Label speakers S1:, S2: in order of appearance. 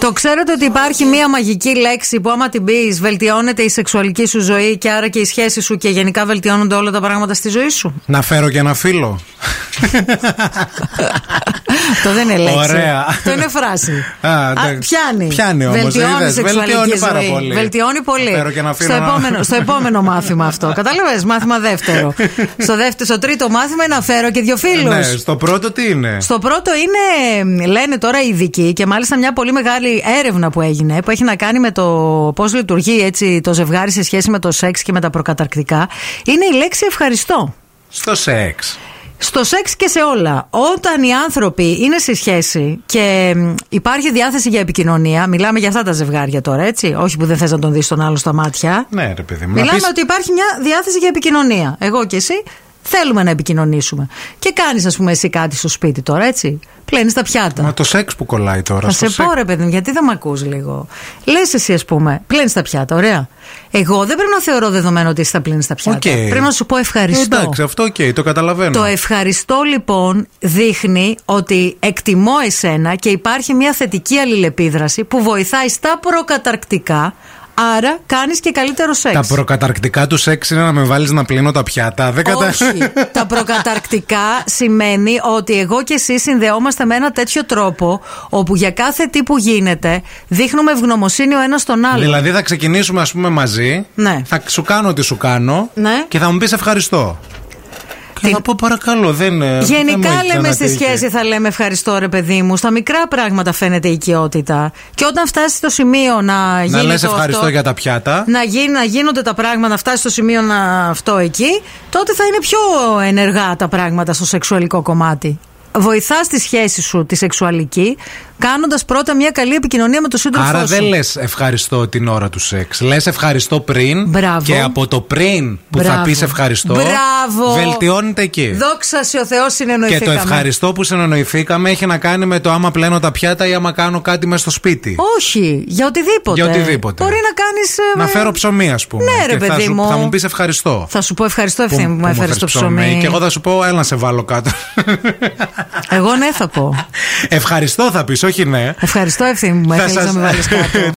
S1: Το ξέρετε ότι υπάρχει μία μαγική λέξη που άμα την πεις, βελτιώνεται η σεξουαλική σου ζωή και άρα και η σχέση σου και γενικά βελτιώνονται όλα τα πράγματα στη ζωή σου.
S2: Να φέρω και ένα φίλο.
S1: το δεν είναι λέξη.
S2: Ωραία.
S1: Το είναι φράση.
S2: Α, εντάξει.
S1: πιάνει.
S2: Πιάνει όμως,
S1: Βελτιώνει
S2: είδες.
S1: η σεξουαλική
S2: Βελτιώνει
S1: ζωή.
S2: πάρα πολύ.
S1: Βελτιώνει πολύ.
S2: Φέρω και ένα φίλο
S1: στο,
S2: να-
S1: επόμενο, στο επόμενο μάθημα αυτό. Κατάλαβε, μάθημα δεύτερο. στο, δεύτερο. στο τρίτο μάθημα είναι να φέρω και δύο φίλους.
S2: ναι, στο πρώτο τι είναι.
S1: Στο πρώτο είναι, λένε τώρα οι ειδικοί και μάλιστα μια πολύ μεγάλη έρευνα που έγινε που έχει να κάνει με το πώς λειτουργεί έτσι το ζευγάρι σε σχέση με το σεξ και με τα προκαταρκτικά. Είναι η λέξη ευχαριστώ.
S2: Στο σεξ.
S1: Στο σεξ και σε όλα. Όταν οι άνθρωποι είναι σε σχέση και μ, υπάρχει διάθεση για επικοινωνία, μιλάμε για αυτά τα ζευγάρια τώρα, έτσι. Όχι που δεν θες να τον δεις τον άλλο στα μάτια.
S2: Ναι, ρε παιδί μου. να
S1: Μιλάμε
S2: πεις-
S1: ότι υπάρχει μια διάθεση για επικοινωνία. Εγώ και εσύ θέλουμε να επικοινωνήσουμε. Και κάνεις, ας πούμε, εσύ κάτι στο σπίτι τώρα, έτσι. Πλένεις τα πιάτα.
S2: Μα το σεξ που κολλάει τώρα.
S1: Θα
S2: στο
S1: σε
S2: σεξ.
S1: πω ρε παιδί μου, γιατί δεν με ακούς λίγο. Λες εσύ, ας πούμε, πλένεις τα πιάτα, ωραία. Εγώ δεν πρέπει να θεωρώ δεδομένο ότι εσύ θα πλύνει τα πιάτα.
S2: Οκ.
S1: Πρέπει να σου πω ευχαριστώ.
S2: Ε, Εντάξει, ναι. αυτό οκ, το καταλαβαίνω.
S1: Το ευχαριστώ λοιπόν δείχνει ότι εκτιμώ εσένα και υπάρχει μια θετική αλληλεπίδραση που βοηθάει στα προκαταρκτικά. Άρα κάνεις και καλύτερο σεξ.
S2: Τα προκαταρκτικά του σεξ είναι να με βάλεις να πλύνω τα πιάτα. Δεν κατα...
S1: Όχι. τα προκαταρκτικά σημαίνει ότι εγώ και εσύ συνδεόμαστε με ένα τέτοιο τρόπο όπου για κάθε τι που γίνεται δείχνουμε ευγνωμοσύνη ο ένας στον άλλο.
S2: Δηλαδή θα ξεκινήσουμε ας πούμε μαζί
S1: Ναι.
S2: Θα σου κάνω ό,τι σου κάνω
S1: Ναι.
S2: Και θα μου πεις ευχαριστώ Και
S1: Τι-
S2: θα πω παρακαλώ δεν, ε, δεν μου
S1: Γενικά
S2: έχει
S1: λέμε στη
S2: ξανατύχει.
S1: σχέση θα λέμε ευχαριστώ ρε παιδί μου. Στα μικρά πράγματα φαίνεται η οικειότητα. Και όταν φτάσει στο σημείο να γίνει.
S2: Να λες
S1: το
S2: ευχαριστώ
S1: αυτό,
S2: για τα πιάτα
S1: να, γίνει, να γίνονται τα πράγματα, να φτάσει στο σημείο να αυτό εκεί, τότε θα είναι πιο ενεργά τα πράγματα στο σεξουαλικό κομμάτι. Βοηθάς τη σχέση σου τη σεξουαλική, κάνοντας πρώτα μια καλή επικοινωνία με τον σύντροφό
S2: Άρα
S1: σου.
S2: δεν λες ευχαριστώ την ώρα του σεξ. Λες ευχαριστώ πριν.
S1: Μπράβο.
S2: Και από το πριν που θα
S1: Μπράβο.
S2: πεις ευχαριστώ.
S1: Μπράβο.
S2: Βελτιώνεται εκεί.
S1: Δόξα σε ο Θεός
S2: Και
S1: συνεννοηθήκαμε.
S2: το ευχαριστώ που συνεννοηθήκαμε έχει να κάνει με το άμα πλένω τα πιάτα ή άμα κάνω κάτι μες στο σπίτι.
S1: Όχι, για οτιδήποτε.
S2: Για οτιδήποτε.
S1: Μπορεί να ε, κάνει.
S2: Να φέρω ψωμί, ας πούμε.
S1: Ναι, ρε
S2: και θα,
S1: παιδί
S2: σου,
S1: μου.
S2: θα μου πεις ευχαριστώ.
S1: Θα σου πω ευχαριστώ ευθύνη που, μου έφερες
S2: φέρεις
S1: το ψωμί.
S2: ναι, Και εγώ θα σου πω, έλα να σε βάλω κάτω.
S1: Εγώ ναι θα πω.
S2: ευχαριστώ θα ναι. πεις, όχι ναι.
S1: Ευχαριστώ ευθύνη που μου
S2: Θα
S1: έφερες να
S2: σας-
S1: με βάλεις κάτω.